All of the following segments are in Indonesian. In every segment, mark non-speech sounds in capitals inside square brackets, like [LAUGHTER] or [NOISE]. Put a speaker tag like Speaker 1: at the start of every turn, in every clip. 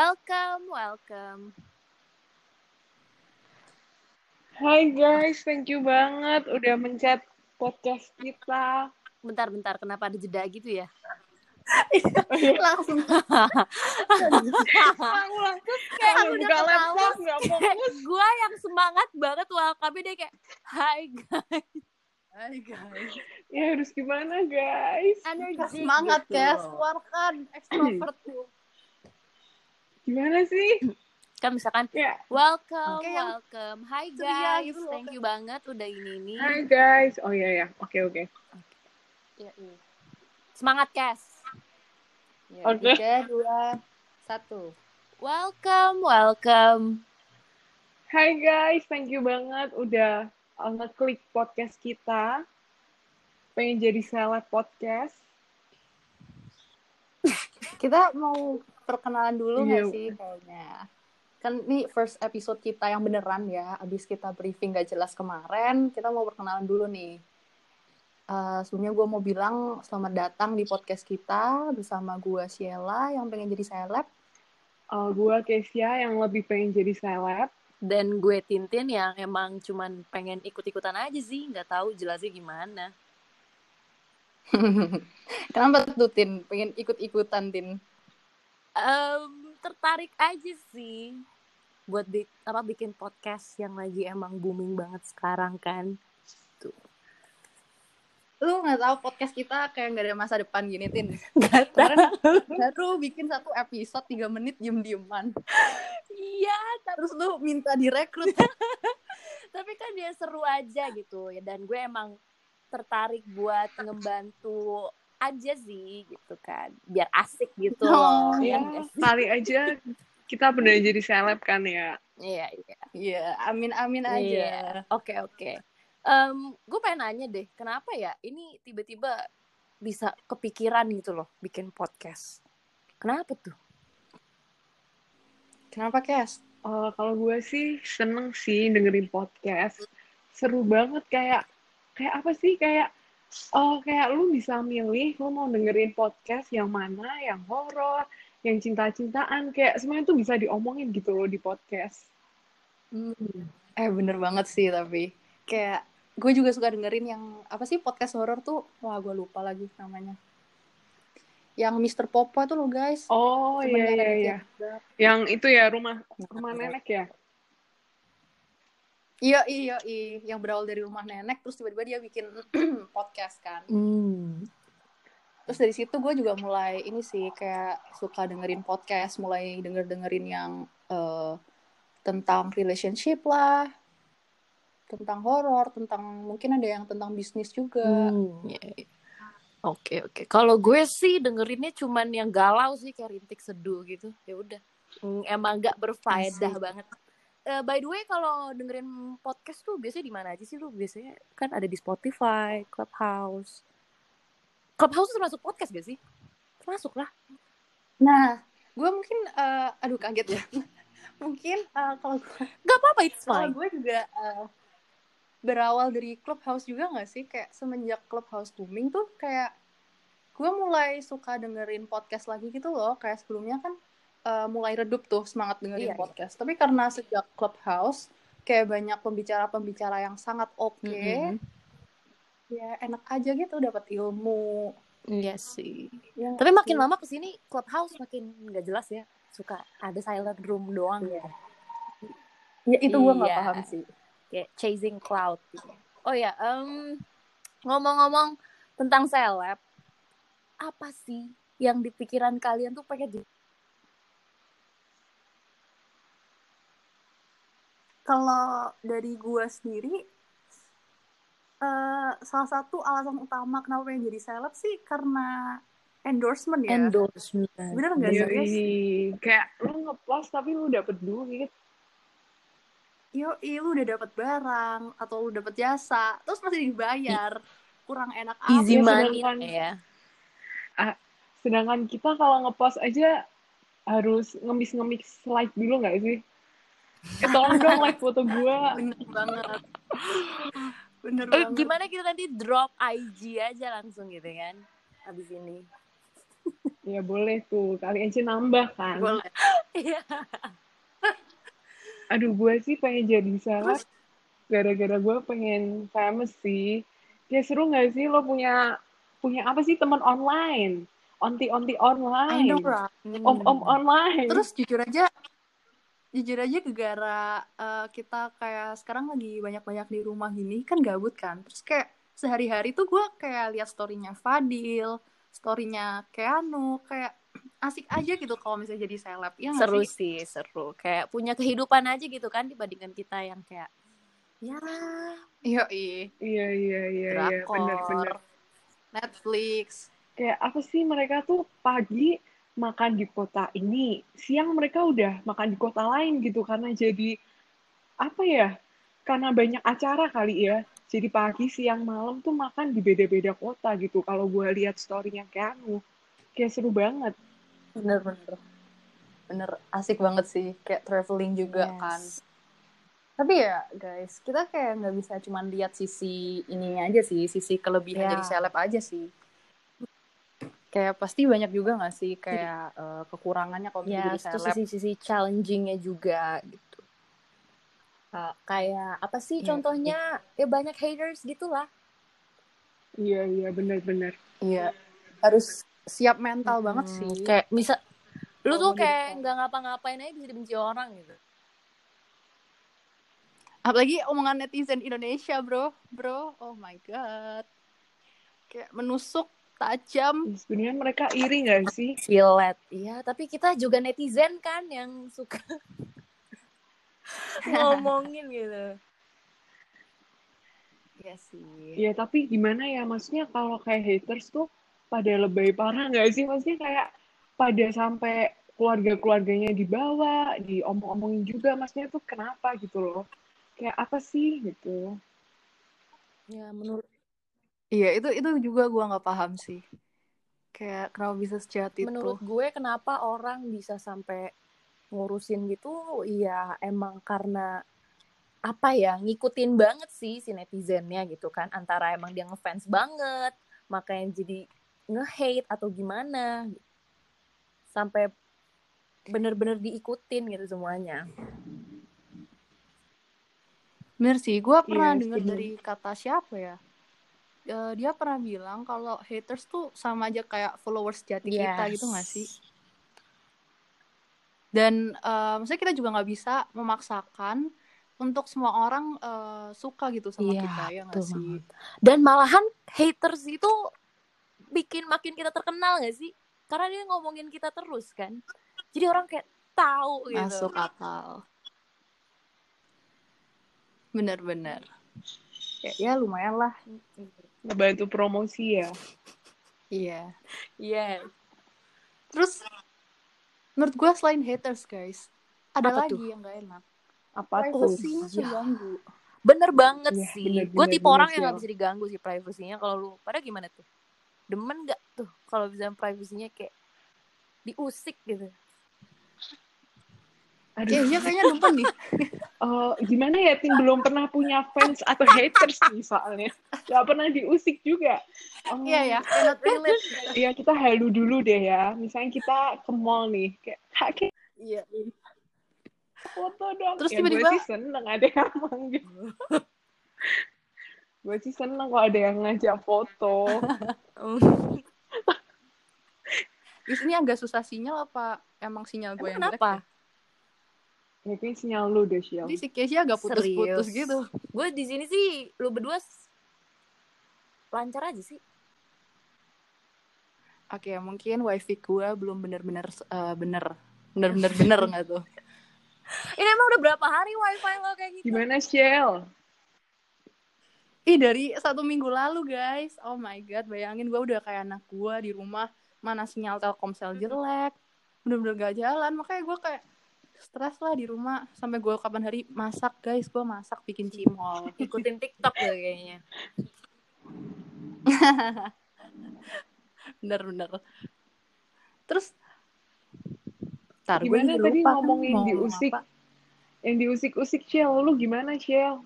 Speaker 1: welcome, welcome.
Speaker 2: Hai guys, thank you banget udah mencet podcast kita.
Speaker 1: Bentar-bentar, kenapa ada jeda gitu ya? [LAUGHS]
Speaker 3: [LAUGHS]
Speaker 2: Langsung ulang
Speaker 1: Kayak Iya,
Speaker 2: Kamu
Speaker 1: udah
Speaker 2: buka
Speaker 1: ketawa.
Speaker 2: laptop nggak fokus.
Speaker 1: Gua yang semangat banget welcome dia kayak, Hai guys. Hai guys.
Speaker 2: Ya harus gimana guys?
Speaker 1: Energi
Speaker 3: Semangat
Speaker 1: gitu
Speaker 3: guys,
Speaker 1: loh.
Speaker 3: keluarkan ekstrovert tuh.
Speaker 2: Gimana sih?
Speaker 1: Kan misalkan,
Speaker 2: Ya,
Speaker 1: welcome,
Speaker 3: Kayak yang
Speaker 1: welcome. Hai
Speaker 3: ceria
Speaker 1: guys,
Speaker 3: gitu loh,
Speaker 1: thank you banget udah ini nih.
Speaker 2: hai guys. Oh iya ya, oke oke.
Speaker 3: Iya,
Speaker 1: Semangat guys.
Speaker 3: Ya,
Speaker 2: Oke.
Speaker 3: Tiga, dua, satu.
Speaker 1: Welcome, welcome.
Speaker 2: Hai guys, thank you banget udah uh, ngeklik podcast kita. Pengen jadi seleb podcast.
Speaker 3: Kita mau perkenalan
Speaker 2: Iya.
Speaker 3: dulu nggak sih kayaknya? Kan ini first episode kita yang beneran ya. Abis kita briefing gak jelas kemarin, kita mau perkenalan dulu nih. Eh, sebelumnya gue mau bilang selamat datang di podcast kita bersama gue Sheila yang pengen jadi seleb.
Speaker 2: Uh, gua Kesia yang lebih pengen jadi seleb.
Speaker 1: Dan gue Tintin yang emang cuman pengen ikut-ikutan aja sih, nggak tahu jelasnya gimana.
Speaker 3: Kenapa tuh Tin? Pengen ikut-ikutan Tin?
Speaker 1: Em, tertarik aja sih buat bi- apa bikin podcast yang lagi emang booming banget sekarang kan.
Speaker 3: Lu nggak tahu podcast kita kayak nggak ada masa depan gini Tin?
Speaker 1: Gak
Speaker 3: Kemarin
Speaker 2: [LAUGHS]
Speaker 3: baru bikin satu episode 3 menit diem-dieman.
Speaker 1: Iya,
Speaker 3: Terus lu minta direkrut.
Speaker 1: tapi kan dia seru aja gitu ya dan gue emang tertarik buat ngebantu aja sih gitu kan biar asik gitu loh
Speaker 3: Oh,
Speaker 1: ya
Speaker 2: Ya,
Speaker 1: nggak sih?
Speaker 2: kali aja kita beneran jadi seleb kan ya.
Speaker 1: iya iya
Speaker 3: Iya, amin-amin aja.
Speaker 1: Iya. oke oke Em, gue pengen nanya deh kenapa ya ini tiba-tiba bisa kepikiran gitu loh bikin podcast kenapa tuh
Speaker 3: Kenapa, Kes?
Speaker 2: Eh, kalau gue sih seneng sih dengerin podcast seru banget kayak kayak apa sih kayak oh kayak lu bisa milih lu mau dengerin podcast yang mana yang horor yang cinta-cintaan kayak semuanya tuh bisa diomongin gitu loh di podcast Hmm.
Speaker 3: Eh, bener banget sih, tapi. Kayak, gue juga suka dengerin yang, apa sih, podcast horor tuh. Wah, gue lupa lagi namanya. Yang Mr. Popo tuh lo guys.
Speaker 2: oh iya
Speaker 3: Sebenarnya
Speaker 2: iya
Speaker 3: ada
Speaker 2: iya
Speaker 3: juga.
Speaker 2: yang itu ya rumah rumah nenek ya
Speaker 3: Iya, iya, iya. Yang berawal dari rumah nenek, terus tiba-tiba dia bikin [CLEARS THROAT] podcast kan.
Speaker 1: Hmm.
Speaker 3: terus dari situ gue juga mulai ini sih kayak suka dengerin podcast mulai denger dengerin yang eh, tentang relationship lah tentang horor tentang mungkin ada yang tentang bisnis juga
Speaker 1: Hmm, ya, ya. Oke oke. Kalau gue sih dengerinnya cuman yang galau sih kayak rintik seduh gitu. Ya udah. Hmm, emang gak berfaedah
Speaker 3: Asik.
Speaker 1: banget. Eh, by the way kalau dengerin podcast tuh biasanya di mana aja sih lu? Biasanya kan ada di Spotify, Clubhouse. Clubhouse tuh termasuk podcast gak sih? Termasuk lah.
Speaker 3: nah gue mungkin eh, aduh kaget [LAUGHS] ya mungkin eh, kalau gue
Speaker 1: Gak apa-apa it's
Speaker 3: kalau
Speaker 1: fine.
Speaker 3: gue juga eh, berawal dari clubhouse juga nggak sih kayak semenjak clubhouse booming tuh kayak gue mulai suka dengerin podcast lagi gitu loh kayak sebelumnya kan eh, mulai redup tuh semangat
Speaker 1: Iya,
Speaker 3: dengerin
Speaker 1: iya.
Speaker 3: podcast tapi karena sejak clubhouse kayak banyak pembicara-pembicara yang sangat oke
Speaker 1: Mm-mm.
Speaker 3: ya enak aja gitu dapat ilmu
Speaker 1: Iya sih.
Speaker 3: Ya,
Speaker 1: Tapi makin
Speaker 3: sih.
Speaker 1: lama kesini Clubhouse makin gak jelas ya. Suka ada silent room doang.
Speaker 3: Iya. ya itu gue nggak
Speaker 1: Iya.
Speaker 3: paham sih
Speaker 1: kayak chasing cloud gitu. Oh ya, em, ngomong-ngomong tentang seleb, apa sih yang di pikiran kalian tuh gitu pengen jadi?
Speaker 3: kalau dari gue sendiri eh, salah satu alasan utama kenapa pengen jadi seleb sih karena endorsement ya
Speaker 1: endorsement?
Speaker 3: bener nggak sih
Speaker 2: Iya,
Speaker 3: guys?
Speaker 2: iya. kayak lu ngepost tapi lu dapet duit
Speaker 3: yo lu udah dapat barang atau lu dapat jasa terus masih dibayar kurang enak
Speaker 1: Easy
Speaker 2: Iya,
Speaker 3: apa
Speaker 1: money
Speaker 2: sedangkan-
Speaker 1: ya.
Speaker 2: sedangkan kita kalau ngepost aja harus ngemis-ngemis like dulu nggak sih? Eh, tolong dong like foto gue.
Speaker 3: bener banget bener
Speaker 1: Eh,
Speaker 3: banget
Speaker 1: gimana kita nanti drop IG aja langsung gitu kan? Abis ini.
Speaker 2: Ya boleh tuh, kali aja nambah kan.
Speaker 3: boleh
Speaker 1: Iya.
Speaker 2: Aduh, gue sih pengen jadi seleb
Speaker 1: Terus?
Speaker 2: gara-gara gue pengen famous sih. Ya seru nggak sih lo punya punya apa sih teman online? Onti-onti
Speaker 3: I know,
Speaker 2: online.
Speaker 3: right? Hmm.
Speaker 2: Om-om online.
Speaker 3: Terus jujur aja, jujur aja gara eh, kita kayak sekarang lagi banyak-banyak di rumah gini kan gabut kan. Terus kayak sehari-hari tuh gue kayak lihat storynya Fadil, storynya Keanu, kayak asik aja gitu kalau misalnya jadi seleb. Iya nggak
Speaker 1: seru
Speaker 3: sih?
Speaker 1: sih seru kayak punya kehidupan aja gitu kan dibandingkan kita yang kayak ya
Speaker 3: Iya, iya.
Speaker 2: Iya, iya, iya, iya.
Speaker 1: drakor
Speaker 2: Bener-bener.
Speaker 3: Netflix.
Speaker 2: Kayak apa sih mereka tuh pagi makan di kota ini, siang mereka udah makan di kota lain gitu karena jadi apa ya? Karena banyak acara kali ya. Jadi pagi, siang, malam tuh makan di beda-beda kota gitu. Kalau gue lihat storynya Keanu, kayak seru banget.
Speaker 3: Bener-bener. Bener, asik banget sih. Kayak traveling juga kan.
Speaker 1: Yes.
Speaker 3: Tapi ya guys, kita kayak nggak bisa cuman lihat sisi ininya aja sih, sisi kelebihan
Speaker 1: Ya.
Speaker 3: jadi seleb aja sih. Kayak pasti banyak juga nggak sih kayak eh, kekurangannya kalau
Speaker 1: ya
Speaker 3: jadi
Speaker 1: terus
Speaker 3: seleb.
Speaker 1: sisi-sisi challengingnya juga gitu Ka- kayak apa sih
Speaker 3: Iya.
Speaker 1: contohnya ya banyak haters gitulah
Speaker 2: Iya, iya, bener-bener.
Speaker 3: Iya, harus siap mental banget
Speaker 1: Hmm,
Speaker 3: sih.
Speaker 1: kayak gitu. bisa lu
Speaker 3: Kalau
Speaker 1: tuh
Speaker 3: mau jadi
Speaker 1: kayak
Speaker 3: seleb.
Speaker 1: nggak ngapa-ngapain aja bisa dibenci orang gitu
Speaker 3: Apalagi omongan netizen Indonesia, bro, bro. Oh my god, kayak menusuk tajam.
Speaker 2: Sebenarnya mereka iri nggak sih?
Speaker 1: silet iya tapi kita juga netizen kan yang [LAUGHS] suka ngomongin gitu
Speaker 3: Iya sih.
Speaker 2: Ya, tapi gimana ya? Maksudnya kalau kayak haters tuh pada lebay parah nggak sih? Maksudnya kayak pada sampai keluarga-keluarganya dibawa, diomong-omongin juga. Maksudnya tuh kenapa gitu loh? Kayak apa sih gitu?
Speaker 1: ya menurut
Speaker 3: Iya itu itu juga gua nggak paham sih. Kayak kenapa bisa sejahat itu?
Speaker 1: menurut gue kenapa orang bisa sampai ngurusin gitu ya emang karena apa ya ngikutin banget sih si netizennya gitu kan antara emang dia ngefans banget makanya jadi nge-hate atau gimana gitu. sampai bener-bener diikutin gitu semuanya
Speaker 3: Bener sih, gue
Speaker 2: Iya,
Speaker 3: pernah dengar
Speaker 2: setuju.
Speaker 3: dari kata siapa ya? Eh, dia pernah bilang kalau haters tuh sama aja kayak followers jati kita gitu gak sih? Dan eh, maksudnya kita juga nggak bisa memaksakan untuk semua orang eh, suka gitu sama
Speaker 1: Iya,
Speaker 3: kita ya nggak
Speaker 1: betul
Speaker 3: sih?
Speaker 1: dan malahan haters itu bikin makin kita terkenal gak sih karena dia ngomongin kita terus kan jadi orang kayak tahu gitu
Speaker 3: Masuk akal. Bener-bener. Ya, ya lumayan lah.
Speaker 2: Ngebantu promosi ya?
Speaker 3: Iya.
Speaker 1: Yes.
Speaker 3: Terus menurut gue selain haters guys, ada
Speaker 1: Apa
Speaker 3: lagi
Speaker 1: tuh?
Speaker 3: yang gak enak.
Speaker 2: Apa tuh?
Speaker 3: Privasinya
Speaker 1: Iya.
Speaker 3: terganggu.
Speaker 1: Bener banget
Speaker 2: Iya,
Speaker 1: sih.
Speaker 2: bener,
Speaker 1: Gue
Speaker 2: bener,
Speaker 1: tipe
Speaker 2: bener,
Speaker 1: orang yang
Speaker 2: Sil.
Speaker 1: gak bisa diganggu sih privasinya. Kalau lu pada gimana tuh? Demen gak tuh kalau bisa privasinya kayak diusik gitu?
Speaker 2: Aduh,
Speaker 3: Kayaknya iya, kayaknya demen nih.
Speaker 2: eh, gimana ya tim belum pernah punya fans atau haters nih soalnya. Gak pernah diusik juga. Oh,
Speaker 3: Iya ya, cannot relate.
Speaker 2: Iya, kita halu dulu deh ya. Misalnya kita ke mall nih, kayak kak kita
Speaker 3: Iya.
Speaker 2: foto dong.
Speaker 3: Terus
Speaker 2: ya,
Speaker 3: tiba-tiba-
Speaker 2: gue sih seneng ada yang
Speaker 3: [LAUGHS]
Speaker 2: manggil. gue sih seneng kalau ada yang ngajak foto.
Speaker 3: Di sini agak susah sinyal apa emang sinyal gue
Speaker 1: Emang
Speaker 3: yang
Speaker 1: kenapa?
Speaker 3: jelek
Speaker 2: Ya, kayaknya sinyal lu deh,
Speaker 3: ya?
Speaker 2: Syil.
Speaker 3: Jadi si Kesia agak
Speaker 1: Serius.
Speaker 3: putus-putus gitu.
Speaker 1: Gue di sini sih lu berdua s- lancar aja sih.
Speaker 3: Oke, mungkin wifi gue belum bener-bener eh, bener bener-bener bener nggak tuh?
Speaker 1: Ini emang udah berapa hari wifi lo kayak gitu?
Speaker 2: Gimana, Syil?
Speaker 3: Ih dari satu minggu lalu guys, oh my god, bayangin gue udah kayak anak gue di rumah mana sinyal Telkomsel jelek, bener-bener gak jalan, makanya gue kayak stres lah di rumah sampai gue kapan hari masak guys, gue masak bikin cimol.
Speaker 1: Ikutin TikTok lo kayaknya.
Speaker 3: bener-bener terus Ntar, gue
Speaker 2: Gimana
Speaker 3: jadi
Speaker 2: tadi
Speaker 3: lupa kan
Speaker 2: ngomongin
Speaker 3: mau
Speaker 2: diusik?
Speaker 3: apa.
Speaker 2: Yang diusik-usik, Syil. Lu gimana, Syil?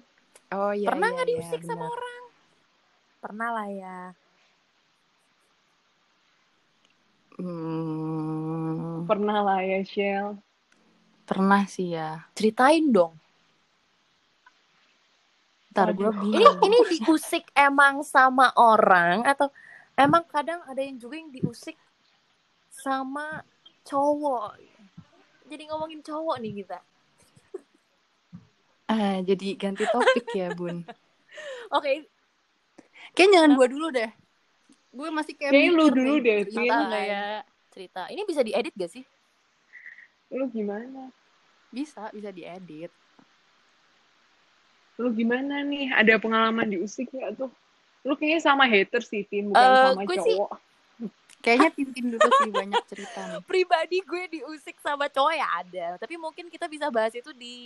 Speaker 3: oh iya
Speaker 1: Pernah
Speaker 3: iya,
Speaker 1: nggak
Speaker 3: iya,
Speaker 1: diusik sama
Speaker 3: benar.
Speaker 1: orang? Pernah lah ya.
Speaker 3: Hmm,
Speaker 2: Pernah lah ya, Syil.
Speaker 3: Hmm, Pernah sih ya.
Speaker 1: Ceritain dong.
Speaker 3: Ntar gue
Speaker 2: Waduh.
Speaker 1: Ini
Speaker 3: bingung.
Speaker 1: ini diusik emang sama orang atau emang kadang ada yang juga yang diusik sama cowok. Jadi ngomongin cowok nih kita.
Speaker 3: Ah, jadi ganti topik ya, Bun.
Speaker 1: Oke,
Speaker 3: Kayaknya jangan gue dulu deh. Gue masih kayak gitu.
Speaker 2: Kayaknya lu
Speaker 3: mikir
Speaker 2: dulu
Speaker 3: nih,
Speaker 2: deh, Cin.
Speaker 3: cerita
Speaker 1: cerita
Speaker 3: kayak-
Speaker 1: ya. Cerita. Ini bisa diedit gak sih?
Speaker 2: Lu gimana?
Speaker 3: Bisa, bisa diedit.
Speaker 2: Lu gimana nih? Ada pengalaman diusik nggak tuh? Lu kayaknya sama hater sih, Tin, bukan
Speaker 1: Eh,
Speaker 2: sama
Speaker 1: gue
Speaker 2: cowok.
Speaker 1: sih-
Speaker 3: Kayaknya Tintin dulu sih banyak cerita nih.
Speaker 1: Pribadi gue diusik sama cowok ya ada, tapi mungkin kita bisa bahas itu di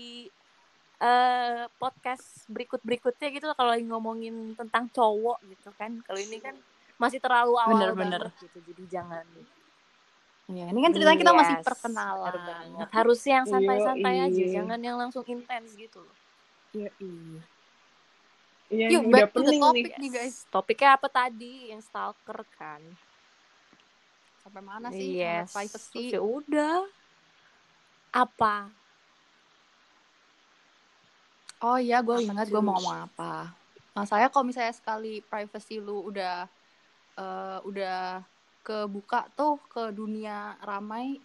Speaker 1: eh, podcast berikut-berikutnya gitu lah, kalau lagi ngomongin tentang cowok gitu kan. Kalau ini kan masih terlalu awal
Speaker 3: Bener-bener.
Speaker 1: banget gitu. Jadi jangan
Speaker 3: Iya, ini kan cerita kita masih
Speaker 1: Yes,
Speaker 3: perkenalan. Iya,
Speaker 1: bener banget. Harusnya yang santai-santai
Speaker 2: Yoi.
Speaker 1: aja, jangan yang langsung intens gitu. loh.
Speaker 3: Yoi.
Speaker 2: Iya,
Speaker 3: Yuk,
Speaker 2: ini udah
Speaker 3: back to the
Speaker 2: pening nih.
Speaker 3: topic nih, guys.
Speaker 1: Topiknya apa tadi? Yang stalker kan?
Speaker 3: Sampai mana sih?
Speaker 1: Yes.
Speaker 3: Sampai Privacy.
Speaker 1: Ya udah. Apa?
Speaker 3: Oh iya, gue ingat gue
Speaker 2: tuh?
Speaker 3: mau ngomong apa. Nah, saya kalau misalnya sekali privacy lu udah eh, udah kebuka tuh ke dunia ramai,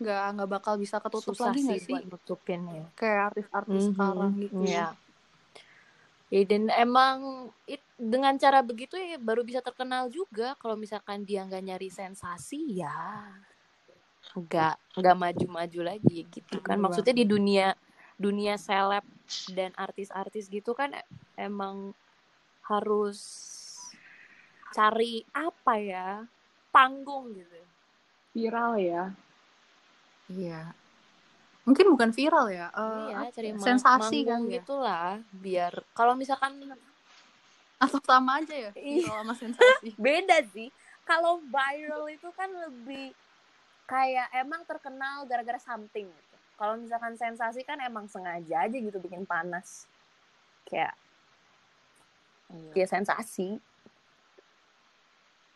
Speaker 3: nggak nggak bakal bisa ketutup
Speaker 1: Susah
Speaker 3: lagi
Speaker 1: sih,
Speaker 3: nggak sih?
Speaker 1: buat nutupinnya.
Speaker 3: Kayak artis-artis
Speaker 1: Mhm,
Speaker 3: sekarang gitu.
Speaker 1: Iya. Ya, dan emang it- dengan cara begitu ya baru bisa terkenal juga. Kalau misalkan dia nggak nyari sensasi ya nggak nggak maju-maju lagi gitu kan.
Speaker 3: Bener
Speaker 1: Maksudnya di dunia dunia seleb dan artis-artis gitu kan e- emang harus cari apa ya panggung gitu.
Speaker 2: Viral ya.
Speaker 3: Iya. Mungkin bukan viral ya. eh,
Speaker 1: Iya,
Speaker 3: apa
Speaker 1: cari
Speaker 3: ya,
Speaker 1: mang-
Speaker 3: sensasi kan
Speaker 1: manggung
Speaker 3: ya.
Speaker 1: gitulah biar kalau misalkan
Speaker 3: Atau sama aja ya?
Speaker 1: Iya.
Speaker 3: Viral sama sensasi.
Speaker 1: beda sih kalau viral itu kan lebih kayak emang terkenal gara-gara something gitu kalau misalkan sensasi kan emang sengaja aja gitu bikin panas kayak ya sensasi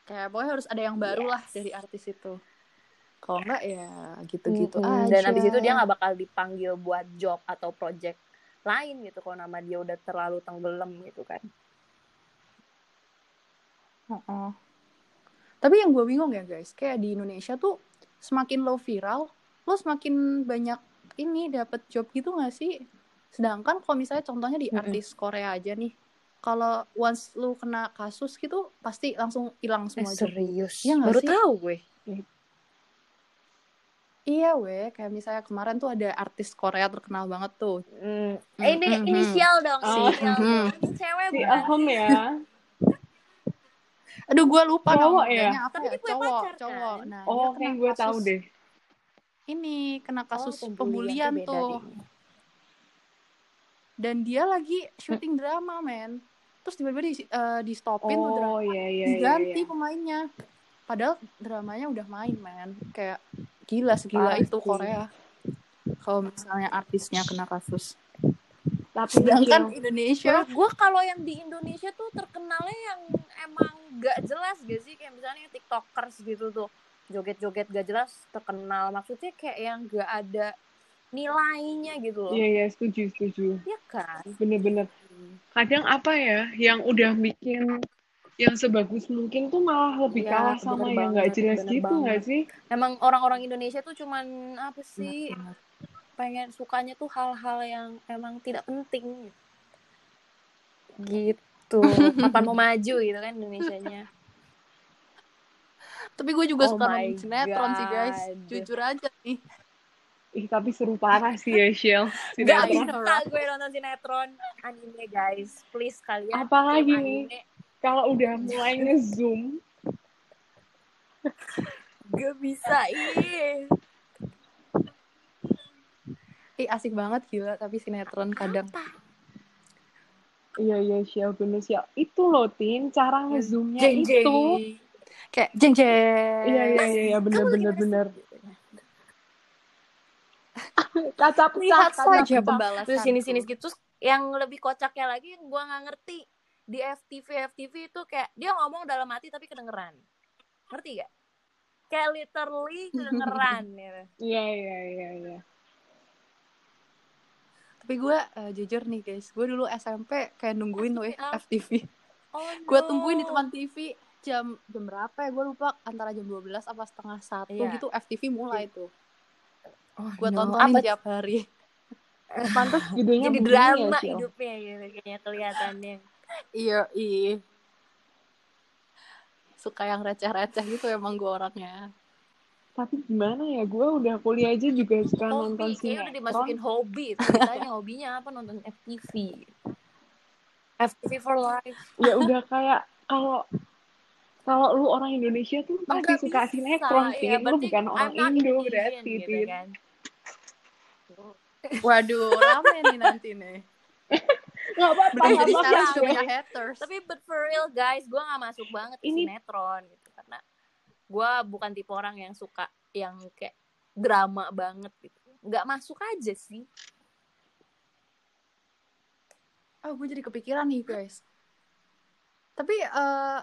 Speaker 3: Kayak pokoknya harus ada yang baru lah
Speaker 1: Yes.
Speaker 3: dari artis itu. Kalau enggak ya gitu-gitu
Speaker 1: Mm-mm.
Speaker 3: aja.
Speaker 1: dan habis
Speaker 3: Iya.
Speaker 1: itu dia nggak bakal dipanggil buat job atau project lain gitu kalau nama dia udah terlalu tenggelam gitu kan
Speaker 3: Heeh. Tapi yang gue bingung ya guys, kayak di Indonesia tuh semakin lo viral, lo semakin banyak ini dapat job gitu gak sih? Sedangkan kalau misalnya contohnya di
Speaker 1: Mm-mm.
Speaker 3: artis Korea aja nih, kalau once lo kena kasus gitu pasti langsung hilang semua
Speaker 1: Eh,
Speaker 3: job.
Speaker 1: serius
Speaker 3: Iya nggak
Speaker 1: baru
Speaker 3: sih?
Speaker 1: tahu gue
Speaker 3: Iya weh, kayak misalnya kemarin tuh ada artis Korea terkenal banget tuh.
Speaker 1: Mm.
Speaker 3: Mm,
Speaker 1: Eh, ini
Speaker 3: mm, mm.
Speaker 1: inisial dong
Speaker 2: Oh.
Speaker 1: inisial dong. Ini cewek
Speaker 2: Si
Speaker 3: ah,
Speaker 1: bukan
Speaker 2: Aham ya.
Speaker 3: Aduh gue lupa
Speaker 2: Cowok
Speaker 3: namanya
Speaker 2: ya?
Speaker 3: apa
Speaker 1: Tapi
Speaker 3: ya?
Speaker 1: dia punya
Speaker 3: Cowok,
Speaker 1: pacar,
Speaker 3: cowok.
Speaker 1: kan?
Speaker 3: Nah,
Speaker 2: Oh,
Speaker 3: dia kena
Speaker 2: kayak gue
Speaker 3: kasus
Speaker 2: tahu deh.
Speaker 3: Ini kena kasus
Speaker 1: Oh,
Speaker 3: pembulian,
Speaker 1: beda
Speaker 3: tuh.
Speaker 1: nih.
Speaker 3: dan dia lagi syuting drama men terus tiba-tiba di, eh, di stopin tuh drama
Speaker 2: Oh, iya, iya, iya.
Speaker 3: diganti
Speaker 2: iya.
Speaker 3: pemainnya padahal dramanya udah main men kayak gila segila
Speaker 1: Pasti.
Speaker 3: itu Korea kalau misalnya artisnya kena kasus
Speaker 2: Tapi
Speaker 3: sedangkan
Speaker 1: kan
Speaker 2: kecil.
Speaker 3: Indonesia
Speaker 2: Iya.
Speaker 1: Menurut gue kalau yang di Indonesia tuh terkenalnya yang emang gak jelas gak sih kayak misalnya yang tiktokers gitu tuh joget-joget gak jelas terkenal maksudnya kayak yang gak ada nilainya gitu loh
Speaker 2: Iya, iya, setuju, setuju.
Speaker 1: Iya kan
Speaker 2: Bener-bener. Kadang apa ya, yang udah bikin yang sebagus mungkin tuh malah lebih
Speaker 1: Iya, bener
Speaker 2: kalah sama yang
Speaker 1: banget,
Speaker 2: nggak jelas
Speaker 1: bener
Speaker 2: gitu nggak
Speaker 1: banget.
Speaker 2: sih?
Speaker 1: emang orang-orang Indonesia tuh cuman apa
Speaker 2: Iya,
Speaker 1: sih pengen sukanya tuh hal-hal yang emang tidak penting gitu kapan mau maju gitu kan Indonesianya
Speaker 2: [LAUGHS]
Speaker 3: tapi gue juga
Speaker 1: Oh
Speaker 3: suka
Speaker 1: my
Speaker 3: nonton sinetron sih guys
Speaker 1: God.
Speaker 3: jujur aja nih
Speaker 2: Ih, tapi seru parah sih ya, Shell.
Speaker 1: Gak
Speaker 3: Sinetron.
Speaker 1: bisa gue nonton sinetron anime guys, please kalian.
Speaker 2: Apalagi
Speaker 1: anime.
Speaker 2: nih, kalau udah mulai nge-zoom,
Speaker 1: Gak bisa ih.
Speaker 3: Ih, asik banget gila tapi sinetron kadang
Speaker 2: iya, iya, Shell, bener, Shell. Itu loh, Tin, cara
Speaker 3: Ya
Speaker 2: nge-zoomnya
Speaker 1: Jeng jeng.
Speaker 2: itu.
Speaker 3: kayak jeng jeng
Speaker 2: Iya, iya, iya, iya, bener,
Speaker 1: Kamu lagi
Speaker 2: bener,
Speaker 1: mana sih?
Speaker 2: [LAUGHS] bener. Kaca pecah,
Speaker 3: lihat
Speaker 2: kaca
Speaker 3: saja
Speaker 2: pecah.
Speaker 3: pembalasan
Speaker 1: Terus sini sini gitu terus yang lebih kocaknya lagi yang gue nggak ngerti di FTV FTV itu kayak dia ngomong dalam hati tapi kedengeran. Ngerti [LAUGHS] gak? Kayak literally kedengeran gitu.
Speaker 2: Iya, iya, iya, iya.
Speaker 3: tapi gue eh, jujur nih guys gue dulu SMP kayak nungguin tuh
Speaker 1: Ah.
Speaker 3: FTV
Speaker 1: Oh,
Speaker 3: gue
Speaker 1: no.
Speaker 3: tungguin di teman TV jam jam berapa ya gue lupa antara jam 12 apa setengah satu
Speaker 1: Iya.
Speaker 3: gitu FTV mulai tuh
Speaker 1: Oh,
Speaker 3: gue
Speaker 1: no.
Speaker 3: tontonin
Speaker 1: Apa-
Speaker 3: tiap hari
Speaker 1: [LAUGHS]
Speaker 2: Pantas judulnya
Speaker 4: jadi
Speaker 2: begini ya,
Speaker 4: drama
Speaker 2: Sil?
Speaker 4: hidupnya gitu kayaknya kelihatannya
Speaker 3: [LAUGHS] iya iya suka yang receh-receh gitu emang gue orangnya
Speaker 2: Tapi gimana ya, gue udah kuliah aja juga suka nonton
Speaker 1: hobi kayaknya udah
Speaker 2: sinetron.
Speaker 1: dimasukin hobi ceritanya hobinya apa nonton FTV FTV for life [LAUGHS]
Speaker 2: Ya udah kayak kalau kalau lu orang Indonesia tuh pasti
Speaker 1: Nggak
Speaker 2: suka
Speaker 1: bisa,
Speaker 2: sinetron sih.
Speaker 1: iya,
Speaker 2: lu
Speaker 1: berarti
Speaker 2: bukan orang
Speaker 1: I'm not
Speaker 2: Indo
Speaker 1: Indonesian,
Speaker 2: berarti, ya.
Speaker 1: gitu
Speaker 2: Tin.
Speaker 1: kan.
Speaker 3: waduh rame nih nanti nih
Speaker 2: Nggak apa-apa,
Speaker 1: Tapi
Speaker 2: nggak
Speaker 3: udah jadi ya.
Speaker 1: bisa,
Speaker 2: apa-apa.
Speaker 3: salah
Speaker 1: Sil.
Speaker 3: udah punya haters
Speaker 1: tapi but for real guys gue nggak masuk banget ke
Speaker 2: Ini-
Speaker 1: sinetron gitu karena gue bukan tipe orang yang suka yang kayak drama banget gitu nggak masuk aja sih
Speaker 3: Oh, gue jadi kepikiran nih, guys. Tapi eh,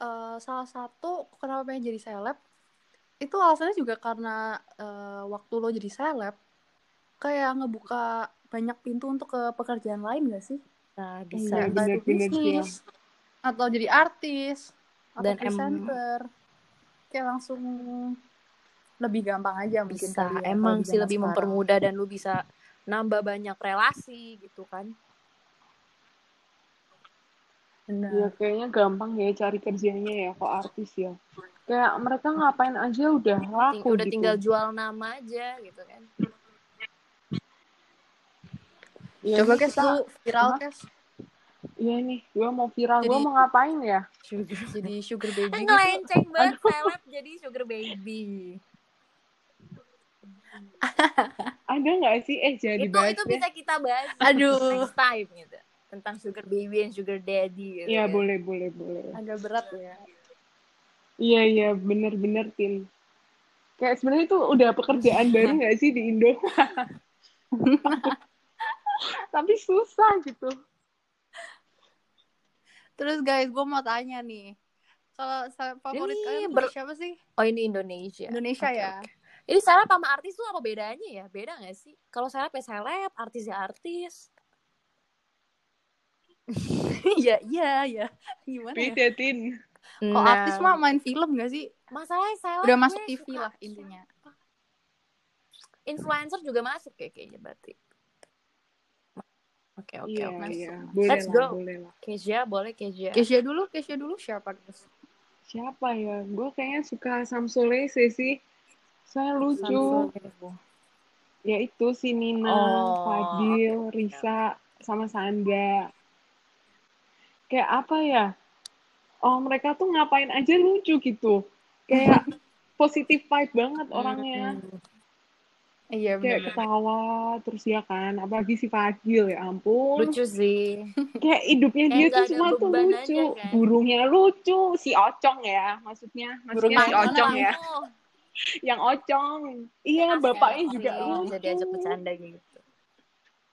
Speaker 3: eh, salah satu kenapa pengen jadi seleb, itu alasannya juga karena eh, waktu lo jadi seleb, kayak ngebuka banyak pintu untuk ke pekerjaan lain gak sih?
Speaker 1: nah
Speaker 2: Iya,
Speaker 1: bisa
Speaker 3: Entah itu
Speaker 2: bener-bener,
Speaker 3: bisnis, atau jadi artis, atau
Speaker 1: Dan em-
Speaker 3: presenter. Kayak langsung lebih gampang aja mungkin.
Speaker 1: bisa
Speaker 3: kali ya,
Speaker 1: emang
Speaker 3: kalau
Speaker 1: sih
Speaker 3: zaman
Speaker 1: lebih
Speaker 3: sekarang.
Speaker 1: mempermudah dan lu bisa nambah banyak relasi gitu kan
Speaker 3: Benar.
Speaker 2: Ya kayaknya gampang ya cari kerjanya ya kok artis ya. Kayak mereka ngapain aja udah
Speaker 1: Ting-
Speaker 2: laku
Speaker 1: udah
Speaker 2: gitu.
Speaker 1: tinggal jual nama aja gitu kan Iya
Speaker 2: Ya,
Speaker 3: Coba
Speaker 2: ini
Speaker 3: guys,
Speaker 2: kita-
Speaker 3: lu viral
Speaker 2: Hah?
Speaker 3: guys.
Speaker 2: Iya nih, gue mau viral, gue
Speaker 3: Jadi-
Speaker 2: mau ngapain ya?
Speaker 3: Jadi sugar
Speaker 1: Iya
Speaker 3: baby gitu.
Speaker 1: Eh, ngelenceng banget seleb jadi sugar baby
Speaker 2: Ada nggak sih? Eh, jadi
Speaker 1: itu
Speaker 2: dibahas
Speaker 1: itu
Speaker 2: deh.
Speaker 1: bisa kita bahas gitu
Speaker 3: Aduh.
Speaker 1: next time gitu tentang sugar baby and sugar daddy gitu
Speaker 2: Iya,
Speaker 1: kan.
Speaker 2: boleh, boleh, boleh.
Speaker 3: Agak berat ya.
Speaker 2: Iya, iya, bener-bener, Tin. Kayak sebenarnya itu udah
Speaker 1: [LAUGHS]
Speaker 2: pekerjaan baru nggak sih di Indo? Tapi susah gitu.
Speaker 3: Terus guys, gue mau tanya nih. Kalau seleb favorit
Speaker 1: Ini
Speaker 3: kalian tuh
Speaker 1: ber-
Speaker 3: siapa sih?
Speaker 1: oh ini Indonesia
Speaker 3: Indonesia
Speaker 1: Oke,
Speaker 3: ya.
Speaker 1: oke. [LAUGHS] Jadi seleb sama artis tuh apa bedanya ya? Beda gak sih? Kalau seleb ya seleb, artis ya artis. Ya,
Speaker 3: Iya, iya, iya. Gimana ya?
Speaker 2: Beda, Tin.
Speaker 3: Kalau
Speaker 1: Nah.
Speaker 3: artis mah main film gak sih?
Speaker 1: masalahnya seleb
Speaker 3: Udah
Speaker 1: Oh, gue
Speaker 3: masuk TV
Speaker 1: suka.
Speaker 3: lah intinya.
Speaker 1: Influencer juga masuk ya kayaknya berarti. Oke, oke,
Speaker 2: Iya,
Speaker 1: oke.
Speaker 2: iya.
Speaker 1: Masuk.
Speaker 2: Boleh
Speaker 1: Let's
Speaker 2: lah,
Speaker 1: go.
Speaker 2: boleh lah.
Speaker 1: Kezia boleh Kezia.
Speaker 3: Kesha dulu, Kesha dulu siapa guys?
Speaker 2: Siapa ya? Gue kayaknya suka Samsul Lese sih. Saya lucu. Ya itu si Nina,
Speaker 1: Oh,
Speaker 2: Fadil, Risa, sama Sandra. Kayak apa ya? Oh, mereka tuh ngapain aja lucu gitu.
Speaker 1: [LAUGHS]
Speaker 2: Kayak positif vibe banget orangnya.
Speaker 1: Hmm.
Speaker 3: Iya,
Speaker 2: Kayak
Speaker 3: benar.
Speaker 2: ketawa, terus ya kan. Apalagi si Fadil, ya ampun.
Speaker 1: Lucu sih.
Speaker 2: Kayak hidupnya
Speaker 1: Kayak
Speaker 2: dia
Speaker 1: nggak
Speaker 2: tuh
Speaker 1: ada
Speaker 2: semua tuh
Speaker 1: beban
Speaker 2: lucu.
Speaker 1: aja kan.
Speaker 2: Burungnya lucu, si Ocong ya. Maksudnya, maksudnya si
Speaker 3: Burungnya
Speaker 2: Ocong
Speaker 3: mana?
Speaker 2: ya. Yang Ocong. Iya,
Speaker 1: ya,
Speaker 2: bapaknya juga lucu. Iya,
Speaker 1: Jadi aja bercanda gitu.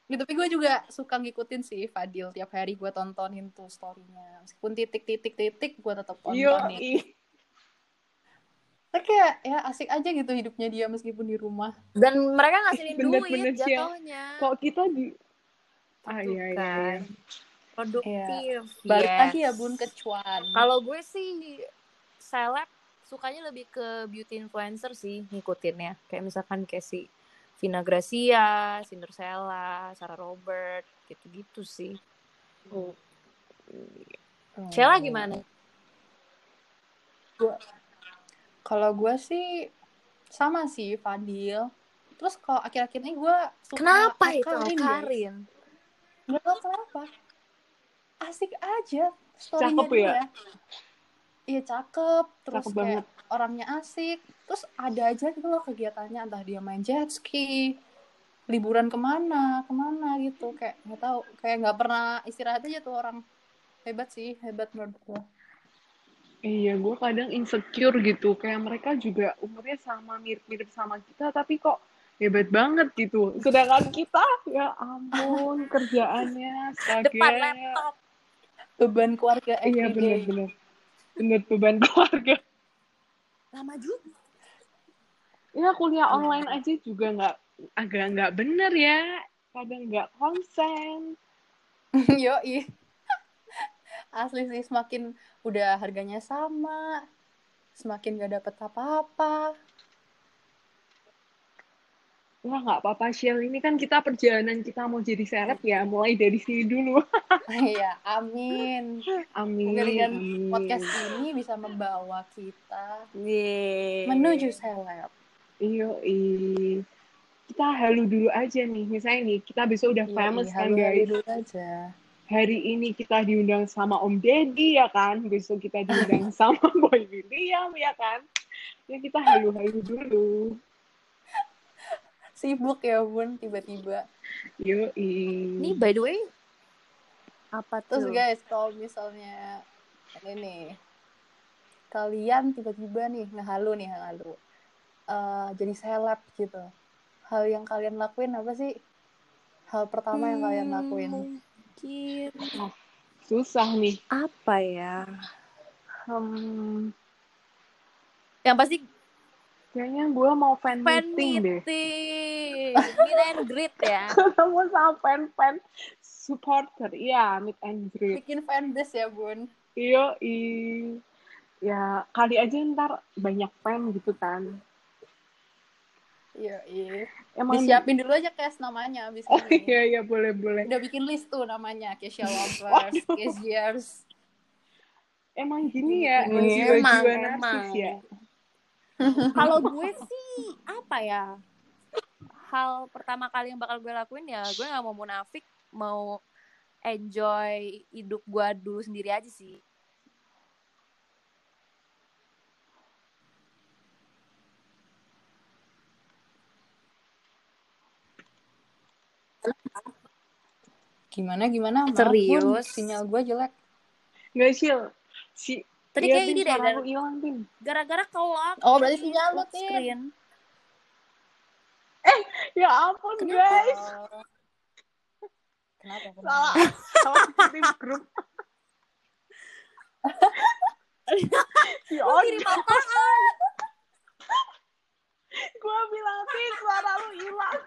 Speaker 3: Gitu, tapi gue juga suka ngikutin sih Fadil tiap hari gue tontonin tuh story-nya. Meskipun titik-titik-titik gue tetap
Speaker 1: ya. Iya.
Speaker 2: Yo,
Speaker 3: tontonin. Tapi kayak ya asik aja gitu hidupnya dia meskipun di rumah.
Speaker 1: Dan mereka ngasilin
Speaker 2: Bener-bener
Speaker 1: duit
Speaker 2: sih ya.
Speaker 1: jatuhnya.
Speaker 2: kok kita di ah
Speaker 1: Gitu
Speaker 2: iya iya,
Speaker 1: kan.
Speaker 2: iya.
Speaker 1: Produktif.
Speaker 3: Balik
Speaker 1: Yes.
Speaker 3: lagi ya Bun ke cuan.
Speaker 1: Kalau gue sih seleb sukanya lebih ke beauty influencer sih ngikutinnya. Kayak misalkan kayak si Vina Gracia, Cinderella, Sarah Robert, gitu-gitu sih. Oh,
Speaker 3: Hmm.
Speaker 1: Sheila gimana?
Speaker 3: Kalau gue sih sama sih Fadil. Terus kalau akhir-akhir ini gue suka
Speaker 1: Kenapa itu
Speaker 3: Karin, guys.
Speaker 1: Karin?
Speaker 3: Nggak tahu kenapa. Asik aja. story
Speaker 2: Cakep ya?
Speaker 3: Iya cakep. Terus
Speaker 2: Cakep
Speaker 3: kayak orangnya asik. Terus ada aja gitu loh kegiatannya. Entah dia main jet ski, liburan kemana, kemana gitu. Kayak nggak tahu. Kayak nggak pernah istirahat aja tuh orang. Hebat sih, hebat menurut gue.
Speaker 2: Iya, gue kadang insecure gitu. Kayak mereka juga umurnya sama mirip-mirip sama kita, tapi kok hebat banget gitu. Sedangkan kita, ya ampun, kerjaannya kaget.
Speaker 1: Depan laptop.
Speaker 3: Beban keluarga
Speaker 2: Iya,
Speaker 3: everyday.
Speaker 2: bener-bener. Bener beban [LAUGHS] keluarga.
Speaker 1: Lama juga.
Speaker 2: Ya, kuliah online aja juga nggak agak nggak bener ya. kadang nggak konsen
Speaker 3: [LAUGHS] Yoi. Asli sih semakin udah harganya sama, semakin gak dapet apa-apa. [LAUGHS]
Speaker 2: wah nggak apa-apa Shil ini kan kita perjalanan kita mau jadi seleb ya mulai dari sini dulu
Speaker 3: Iya, amin.
Speaker 2: amin,
Speaker 3: Pemilihan
Speaker 2: amin.
Speaker 3: Podcast ini bisa membawa kita
Speaker 4: Yeay.
Speaker 3: menuju seleb.
Speaker 2: iyo i. kita halu dulu aja nih misalnya nih kita besok udah
Speaker 3: Yoi,
Speaker 2: famous kan
Speaker 3: halu-halu
Speaker 2: guys
Speaker 3: dulu aja.
Speaker 2: hari ini kita diundang sama Om Deddy ya kan besok kita
Speaker 3: [LAUGHS]
Speaker 2: diundang sama Boy William ya kan ya kita halu-halu dulu
Speaker 3: Sibuk ya bun, tiba-tiba.
Speaker 2: yoi
Speaker 1: Ini by the way apa tuh?
Speaker 3: Terus guys, kalau misalnya ini nih, kalian tiba-tiba nih ngehalu nih ngehalu, Eh, jadi seleb gitu. Hal yang kalian lakuin apa sih? Hal pertama yang kalian
Speaker 1: Hmm,
Speaker 3: lakuin?
Speaker 1: Mungkin
Speaker 2: susah nih
Speaker 1: apa ya?
Speaker 2: Hmm,
Speaker 1: Yang pasti
Speaker 2: kayaknya gue mau fan,
Speaker 1: fan
Speaker 2: meeting deh [LAUGHS]
Speaker 1: meeting, meet and greet ya.
Speaker 2: ketemu sama fan-fan supporter iya meet and greet
Speaker 3: Bikin fanbase ya bun.
Speaker 2: iyo Iya, i ya kali aja ntar banyak fan gitu kan
Speaker 3: Iya iya.
Speaker 2: emang
Speaker 3: Disiapin dulu aja kes namanya abis
Speaker 2: [LAUGHS] oh
Speaker 3: ini.
Speaker 2: iya iya boleh boleh
Speaker 3: Udah bikin list tuh namanya Kesha Lovers, Keshiers.
Speaker 2: emang gini ya
Speaker 3: Emang,
Speaker 2: jiwa-jiwa
Speaker 1: Iya, emang.
Speaker 2: narsis ya
Speaker 1: Kalau gue sih apa ya? Hal pertama kali yang bakal gue lakuin ya gue nggak mau munafik, mau enjoy hidup gue dulu sendiri aja sih.
Speaker 3: Gimana gimana? Maaf, Bun.
Speaker 1: Serius?
Speaker 3: Sinyal gue jelek.
Speaker 2: nggak Syil. si
Speaker 1: Tadi kayak
Speaker 2: iya, Tin,
Speaker 1: ini deh
Speaker 2: suara
Speaker 1: gara-
Speaker 2: lu hilang Tin.
Speaker 1: gara-gara kelok.
Speaker 3: Oh berarti sinyal lu
Speaker 1: lock
Speaker 3: Tin.
Speaker 1: screen.
Speaker 2: ya ampun guys
Speaker 3: Oh. Kenapa? kenapa?
Speaker 2: salah salah kirim
Speaker 1: [LAUGHS]
Speaker 2: grup [LAUGHS] ya
Speaker 1: Lu kirim [LAUGHS] apa? Ah,
Speaker 2: gue bilang sih suara lu hilang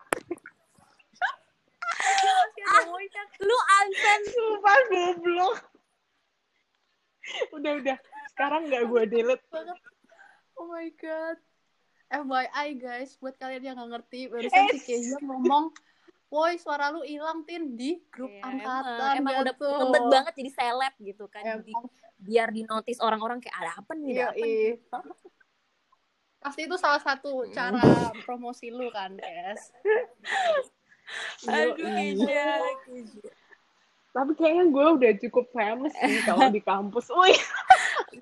Speaker 1: Lu unsend
Speaker 2: sumpah goblok udah udah sekarang nggak gue delete
Speaker 3: banget. Oh my god. FYI guys, buat kalian yang nggak ngerti, barusan
Speaker 2: Eh.
Speaker 3: si Kezia ngomong, woi suara lu hilang tin di grup
Speaker 1: Iya,
Speaker 3: angkatan.
Speaker 1: emang, emang udah
Speaker 3: jatuh."
Speaker 1: ngebet banget jadi seleb gitu kan
Speaker 3: Emang,
Speaker 1: Jadi biar di notice orang-orang kayak ada apa nih ada
Speaker 3: iya,
Speaker 1: apa nih?"
Speaker 3: iya. Pasti itu salah satu cara promosi lu kan, guys.
Speaker 1: Iya.
Speaker 2: Aduh,
Speaker 1: Keisha,
Speaker 2: tapi kayaknya gue udah cukup famous sih kalau di kampus Wih,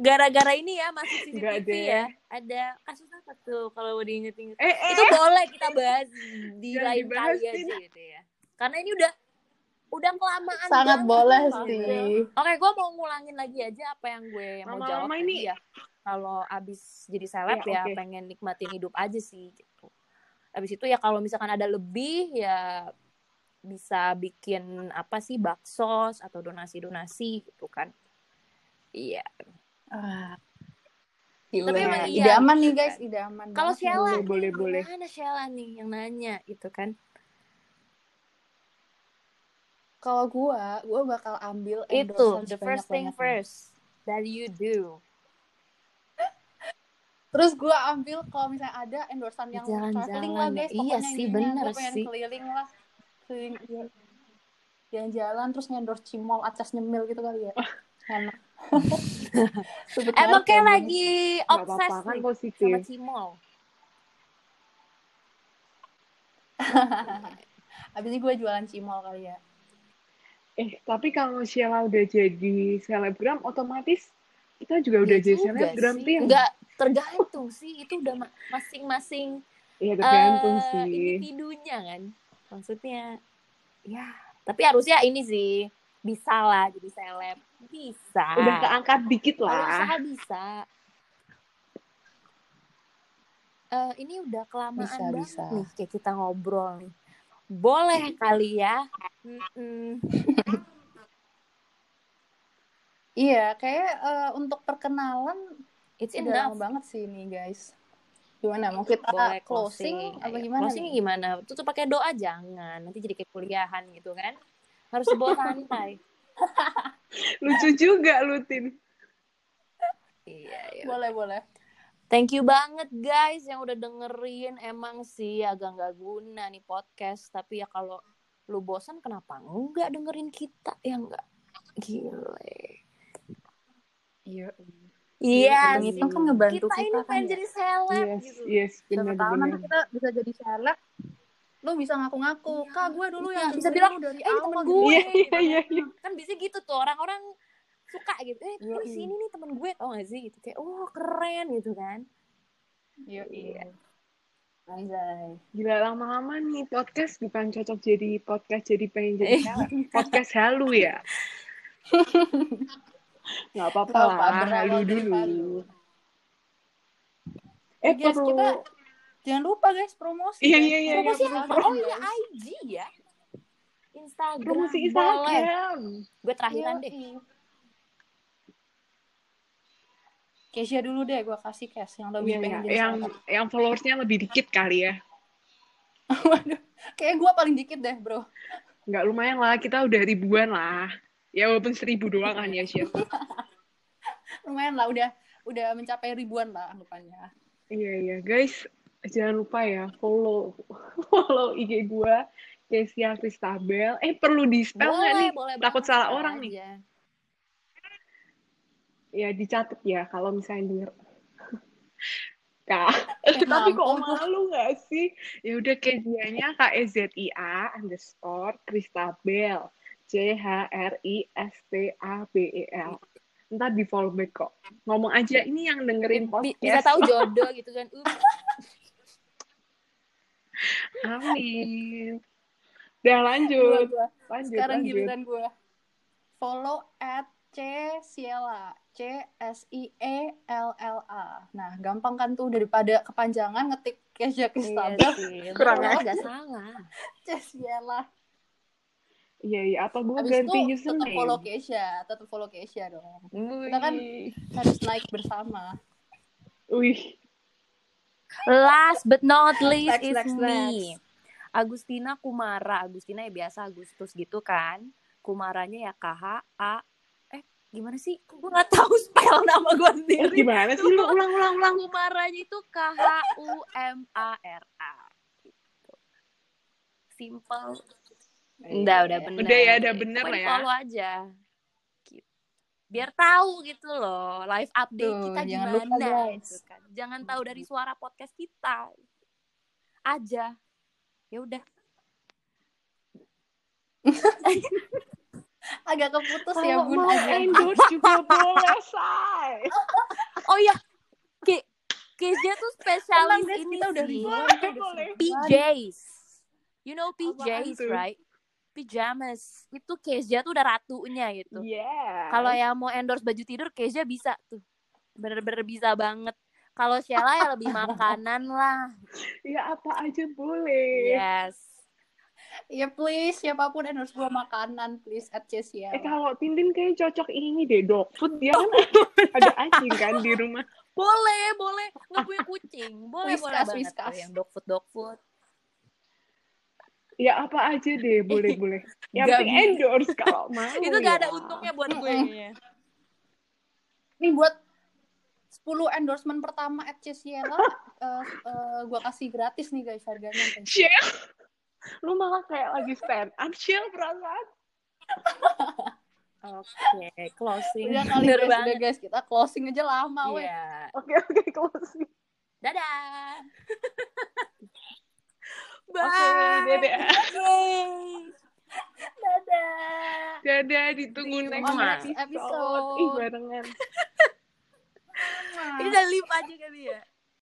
Speaker 1: gara-gara ini ya masuk CCTV
Speaker 2: Nggak deh.
Speaker 1: ya ada kasus apa tuh kalau diinget-inget
Speaker 2: eh eh
Speaker 1: itu boleh kita bahas di
Speaker 2: Jangan
Speaker 1: lain
Speaker 2: dibahas,
Speaker 1: kali aja
Speaker 2: Tina.
Speaker 1: gitu ya karena ini udah udah kelamaan
Speaker 3: Sangat
Speaker 1: banget
Speaker 3: boleh
Speaker 1: nih,
Speaker 3: sih.
Speaker 1: Bang. oke gue mau ngulangin lagi aja apa yang gue mau jawab
Speaker 2: Lama-lama
Speaker 1: tadi
Speaker 2: ini-
Speaker 1: ya kalau abis jadi seleb
Speaker 2: Ya,
Speaker 1: ya,
Speaker 2: oke.
Speaker 1: pengen nikmatin hidup aja sih gitu abis itu ya kalau misalkan ada lebih ya bisa bikin apa sih baksos atau donasi-donasi gitu kan iya
Speaker 3: Ah.
Speaker 1: Tapi
Speaker 3: Gila.
Speaker 1: emang
Speaker 3: ide
Speaker 1: iya.
Speaker 3: aman nih guys, ide aman.
Speaker 1: Kalau
Speaker 3: banget.
Speaker 1: Sheila,
Speaker 2: Boleh, boleh, boleh.
Speaker 1: Mana Sheila nih yang nanya gitu kan?
Speaker 3: kalau gua, gua bakal ambil
Speaker 1: Itu
Speaker 3: endorsean
Speaker 1: the first thing
Speaker 3: sebanyak-banyaknya.
Speaker 1: first that you do.
Speaker 3: Terus gue ambil kalau misalnya ada endorsan yang
Speaker 1: Jalan-jalan
Speaker 3: traveling lah
Speaker 1: ya.
Speaker 3: guys. pokoknya
Speaker 1: Iya sih,
Speaker 3: intinya
Speaker 1: bener
Speaker 3: gua pengen
Speaker 1: sih.
Speaker 3: keliling lah. Keliling. iya. Jalan-jalan terus ngendorse cimol, acas nyemil gitu kali ya. [LAUGHS] Enak. Sebut
Speaker 1: Emang
Speaker 3: merek
Speaker 1: kayak
Speaker 3: ya,
Speaker 1: lagi
Speaker 2: nggak apa-apa
Speaker 1: obses
Speaker 2: kan
Speaker 1: nih sama
Speaker 2: positif
Speaker 1: Cimol.
Speaker 3: Bun. [LAUGHS] Abis ini gue jualan cimol kali ya.
Speaker 2: eh tapi kalau Sheila udah jadi selebgram otomatis kita juga udah
Speaker 1: Iya
Speaker 2: jadi
Speaker 1: juga
Speaker 2: selebgram
Speaker 1: sih.
Speaker 2: tim
Speaker 1: Nggak, tergantung sih itu udah ma- masing-masing
Speaker 2: ya tergantung
Speaker 1: eh,
Speaker 2: sih
Speaker 1: individunya kan. Maksudnya ya, tapi harusnya ini sih bisa lah jadi seleb. Bisa.
Speaker 2: udah keangkat dikit
Speaker 1: Kalau
Speaker 2: lah
Speaker 1: usaha bisa. Eh, ini udah kelamaan
Speaker 3: Bisa,
Speaker 1: banget
Speaker 3: bisa.
Speaker 1: nih kayak kita ngobrol nih. Boleh kali ya. Mm-mm.
Speaker 3: Iya, kayak eh, untuk perkenalan
Speaker 1: It's
Speaker 3: udah lama
Speaker 1: enough.
Speaker 3: banget sih ini guys. Gimana? Mau kita
Speaker 1: boleh
Speaker 3: closing, apa
Speaker 1: Ayo,
Speaker 3: gimana?
Speaker 1: Closing
Speaker 3: nih?
Speaker 1: gimana? Tutup pakai doa jangan. Nanti jadi kayak kuliahan gitu kan. [LAUGHS] Harus dibawa santai.
Speaker 2: Lucu juga Lutin.
Speaker 1: iya, iya.
Speaker 3: Boleh, boleh.
Speaker 1: Thank you banget guys yang udah dengerin. Emang sih agak nggak guna nih podcast. Tapi ya kalau lu bosan kenapa enggak dengerin kita ya enggak? Gile.
Speaker 3: Iya.
Speaker 1: Iya. sih.
Speaker 3: Hitung-hitung kan ngebantu
Speaker 1: Kita
Speaker 3: kita,
Speaker 1: ini
Speaker 3: kan
Speaker 1: pengen
Speaker 3: ya.
Speaker 1: jadi seleb
Speaker 2: Yes,
Speaker 1: gitu.
Speaker 2: yes,
Speaker 3: Siapa tahu nanti
Speaker 2: benar-benar.
Speaker 3: kita bisa jadi seleb. Lu bisa ngaku-ngaku, "Kak, gue dulu
Speaker 1: Iya,
Speaker 3: yang
Speaker 1: bisa
Speaker 3: dengerin
Speaker 1: bilang,
Speaker 3: lu dari
Speaker 1: "Eh, ini temen
Speaker 3: awal."
Speaker 1: gue."
Speaker 2: Iya, iya, iya, iya.
Speaker 1: Kan bisa gitu tuh orang-orang suka gitu. Eh,
Speaker 3: Iya,
Speaker 1: ini
Speaker 3: iya.
Speaker 1: sini nih temen gue tau gak sih gitu kayak oh keren gitu kan.
Speaker 3: Iya,
Speaker 1: Iya.
Speaker 3: Anjay.
Speaker 2: Gila lama-lama nih podcast bukan cocok jadi podcast jadi pengen jadi
Speaker 3: Eh.
Speaker 2: seleb. podcast halu ya.
Speaker 3: [LAUGHS]
Speaker 2: Nggak apa-apa
Speaker 3: Nggak
Speaker 2: lah,
Speaker 3: apa, berawal
Speaker 2: halu
Speaker 3: dari
Speaker 2: dulu.
Speaker 3: halu.
Speaker 2: Eh,
Speaker 3: Guys,
Speaker 2: perlu
Speaker 3: kita jangan lupa guys promosi.
Speaker 2: Iya, iya,
Speaker 3: guys.
Speaker 2: iya, iya,
Speaker 3: Promosi
Speaker 2: perlu
Speaker 3: apa?
Speaker 1: Oh
Speaker 3: Oh
Speaker 1: iya
Speaker 3: iya.
Speaker 1: IG ya. Instagram. ya. Iya.
Speaker 2: promosi
Speaker 1: Boleh.
Speaker 2: Instagram.
Speaker 1: Gue terakhiran deh.
Speaker 3: iya. Kesia dulu deh, gue kasih cash yang lebih
Speaker 2: Iya,
Speaker 3: pengen
Speaker 2: iya.
Speaker 3: jadi
Speaker 2: yang
Speaker 3: seleb.
Speaker 2: yang followersnya lebih dikit kali ya.
Speaker 3: Waduh, kayak gue paling dikit deh bro.
Speaker 2: Nggak lumayan lah, kita udah ribuan lah. Ya walaupun seribu doang kan
Speaker 3: [LAUGHS]
Speaker 2: ya, Syed.
Speaker 3: Lumayan lah, udah udah mencapai ribuan lah anggapannya.
Speaker 2: Iya iya guys, jangan lupa ya follow [LAUGHS] follow IG gua Kesia Kristabel. Eh perlu di spell nggak nih? Takut
Speaker 1: banget.
Speaker 2: salah
Speaker 1: Bisa
Speaker 2: orang nih.
Speaker 3: Iya.
Speaker 1: aja.
Speaker 2: Ya dicatat ya kalau misalnya denger. [LAUGHS] Kak, [LAUGHS]
Speaker 3: Eh,
Speaker 2: tapi kok
Speaker 3: mampus.
Speaker 2: malu nggak sih? Ya udah Kesianya K E Z I A underscore Kristabel. C H R I S T A B E L. Ntar di follow back kok. Ngomong aja ini yang dengerin
Speaker 1: Bi-
Speaker 2: podcast.
Speaker 1: Bisa tahu jodoh gitu kan. Ups.
Speaker 2: Amin. Udah
Speaker 3: Dua,
Speaker 2: lanjut.
Speaker 3: dua.
Speaker 2: lanjut
Speaker 3: Sekarang
Speaker 2: lanjut
Speaker 3: giliran gue. Follow at C Ciela. C S I E L L A. Nah, gampang kan tuh daripada kepanjangan ngetik Kesia
Speaker 1: Iya
Speaker 3: Kristabel.
Speaker 1: sih.
Speaker 3: [LAUGHS]
Speaker 2: Kurang
Speaker 1: Kalau
Speaker 2: aja.
Speaker 1: nggak salah.
Speaker 3: C Ciela.
Speaker 2: iya iya atau gue
Speaker 3: Habis
Speaker 2: ganti
Speaker 3: itu tetap
Speaker 2: username
Speaker 3: follow Kesia, tetap follow Kesia dong.
Speaker 2: Wih.
Speaker 3: Kita kan- Harus naik bersama.
Speaker 2: wih
Speaker 1: Last but not least
Speaker 3: Next,
Speaker 1: is
Speaker 3: next,
Speaker 1: me. Agustina Kumara. Agustina ya biasa Agustus gitu kan. Kumaranya ya K H A eh gimana sih? Gue nggak tahu spell nama gue
Speaker 2: Eh,
Speaker 1: sendiri.
Speaker 2: gimana sih lu ulang ulang ulang
Speaker 1: Kumaranya itu K H U M A R A. Gitu. Simple.
Speaker 3: Iya,
Speaker 1: Udah, udah bener.
Speaker 2: Udah ya, udah bener
Speaker 1: Pokoknya
Speaker 2: lah ya.
Speaker 1: Follow aja. Gitu. Biar tahu gitu loh, live update
Speaker 3: Tuh,
Speaker 1: kita
Speaker 3: jangan
Speaker 1: gimana.
Speaker 3: lupa, guys.
Speaker 1: gitu kan. Jangan tahu dari suara podcast kita aja. Ya udah.
Speaker 3: Agak keputus
Speaker 2: kalau
Speaker 3: ya Bun
Speaker 2: mau
Speaker 3: aja.
Speaker 2: endorse
Speaker 1: [LAUGHS]
Speaker 2: juga boleh say
Speaker 1: Oh ya, Ke Kezia tuh spesialis
Speaker 3: Tenang, guys,
Speaker 1: ini
Speaker 3: kita udah
Speaker 1: sih.
Speaker 3: ribuan, kita udah
Speaker 2: Iya, Boleh,
Speaker 3: ribuan.
Speaker 1: PJs. You know PJs,
Speaker 2: tuh?
Speaker 1: right? Pajamas. Itu Kezia tuh udah ratunya gitu.
Speaker 2: yeah
Speaker 3: kan?
Speaker 1: Kalau yang mau endorse baju tidur, Keisha bisa tuh. Bener-bener bisa banget. Kalau Sheila ya
Speaker 3: [LAUGHS]
Speaker 1: lebih makanan lah.
Speaker 2: ya apa aja boleh
Speaker 1: Yes.
Speaker 3: Ya please, siapapun endorse gue makanan, please at Cesia.
Speaker 2: eh kalau Tintin kayak cocok ini deh dog food dia
Speaker 1: Oh,
Speaker 2: kan
Speaker 1: [LAUGHS]
Speaker 2: ada anjing kan di rumah
Speaker 1: Boleh, boleh. Ngebui kucing. Boleh, boleh
Speaker 3: Whiskas,
Speaker 1: banget.
Speaker 3: whiskas.
Speaker 1: tuh Yang dog food, dog food.
Speaker 2: ya apa aja
Speaker 1: [LAUGHS]
Speaker 2: deh boleh boleh yang
Speaker 1: Gak
Speaker 2: penting
Speaker 1: bisa.
Speaker 2: endorse kalau mau
Speaker 1: Itu gak ada
Speaker 2: ya.
Speaker 1: untungnya buat gue.
Speaker 3: Oh, iya.
Speaker 1: Iya.
Speaker 3: Mm-mm. Ini buat 10 endorsement pertama at Cesia lah, eh, eh, gue kasih gratis nih guys harganya. guys.
Speaker 2: Shell lu malah kayak lagi stand up Shell perasaan
Speaker 1: Oke, closing.
Speaker 3: Udah kali
Speaker 1: Bener
Speaker 3: guys, udah,
Speaker 1: banget.
Speaker 3: guys, kita closing aja lama weh.
Speaker 1: Iya.
Speaker 2: oke oke closing
Speaker 1: Dadah.
Speaker 2: Oke,
Speaker 1: Bye.
Speaker 3: [LAUGHS]
Speaker 2: dadah.
Speaker 1: Yeay.
Speaker 3: Dadah.
Speaker 2: Dadah, ditunggu next
Speaker 1: on next
Speaker 2: episode. Ih,
Speaker 3: episode.
Speaker 2: barengan.
Speaker 1: Ini udah live aja kali ya.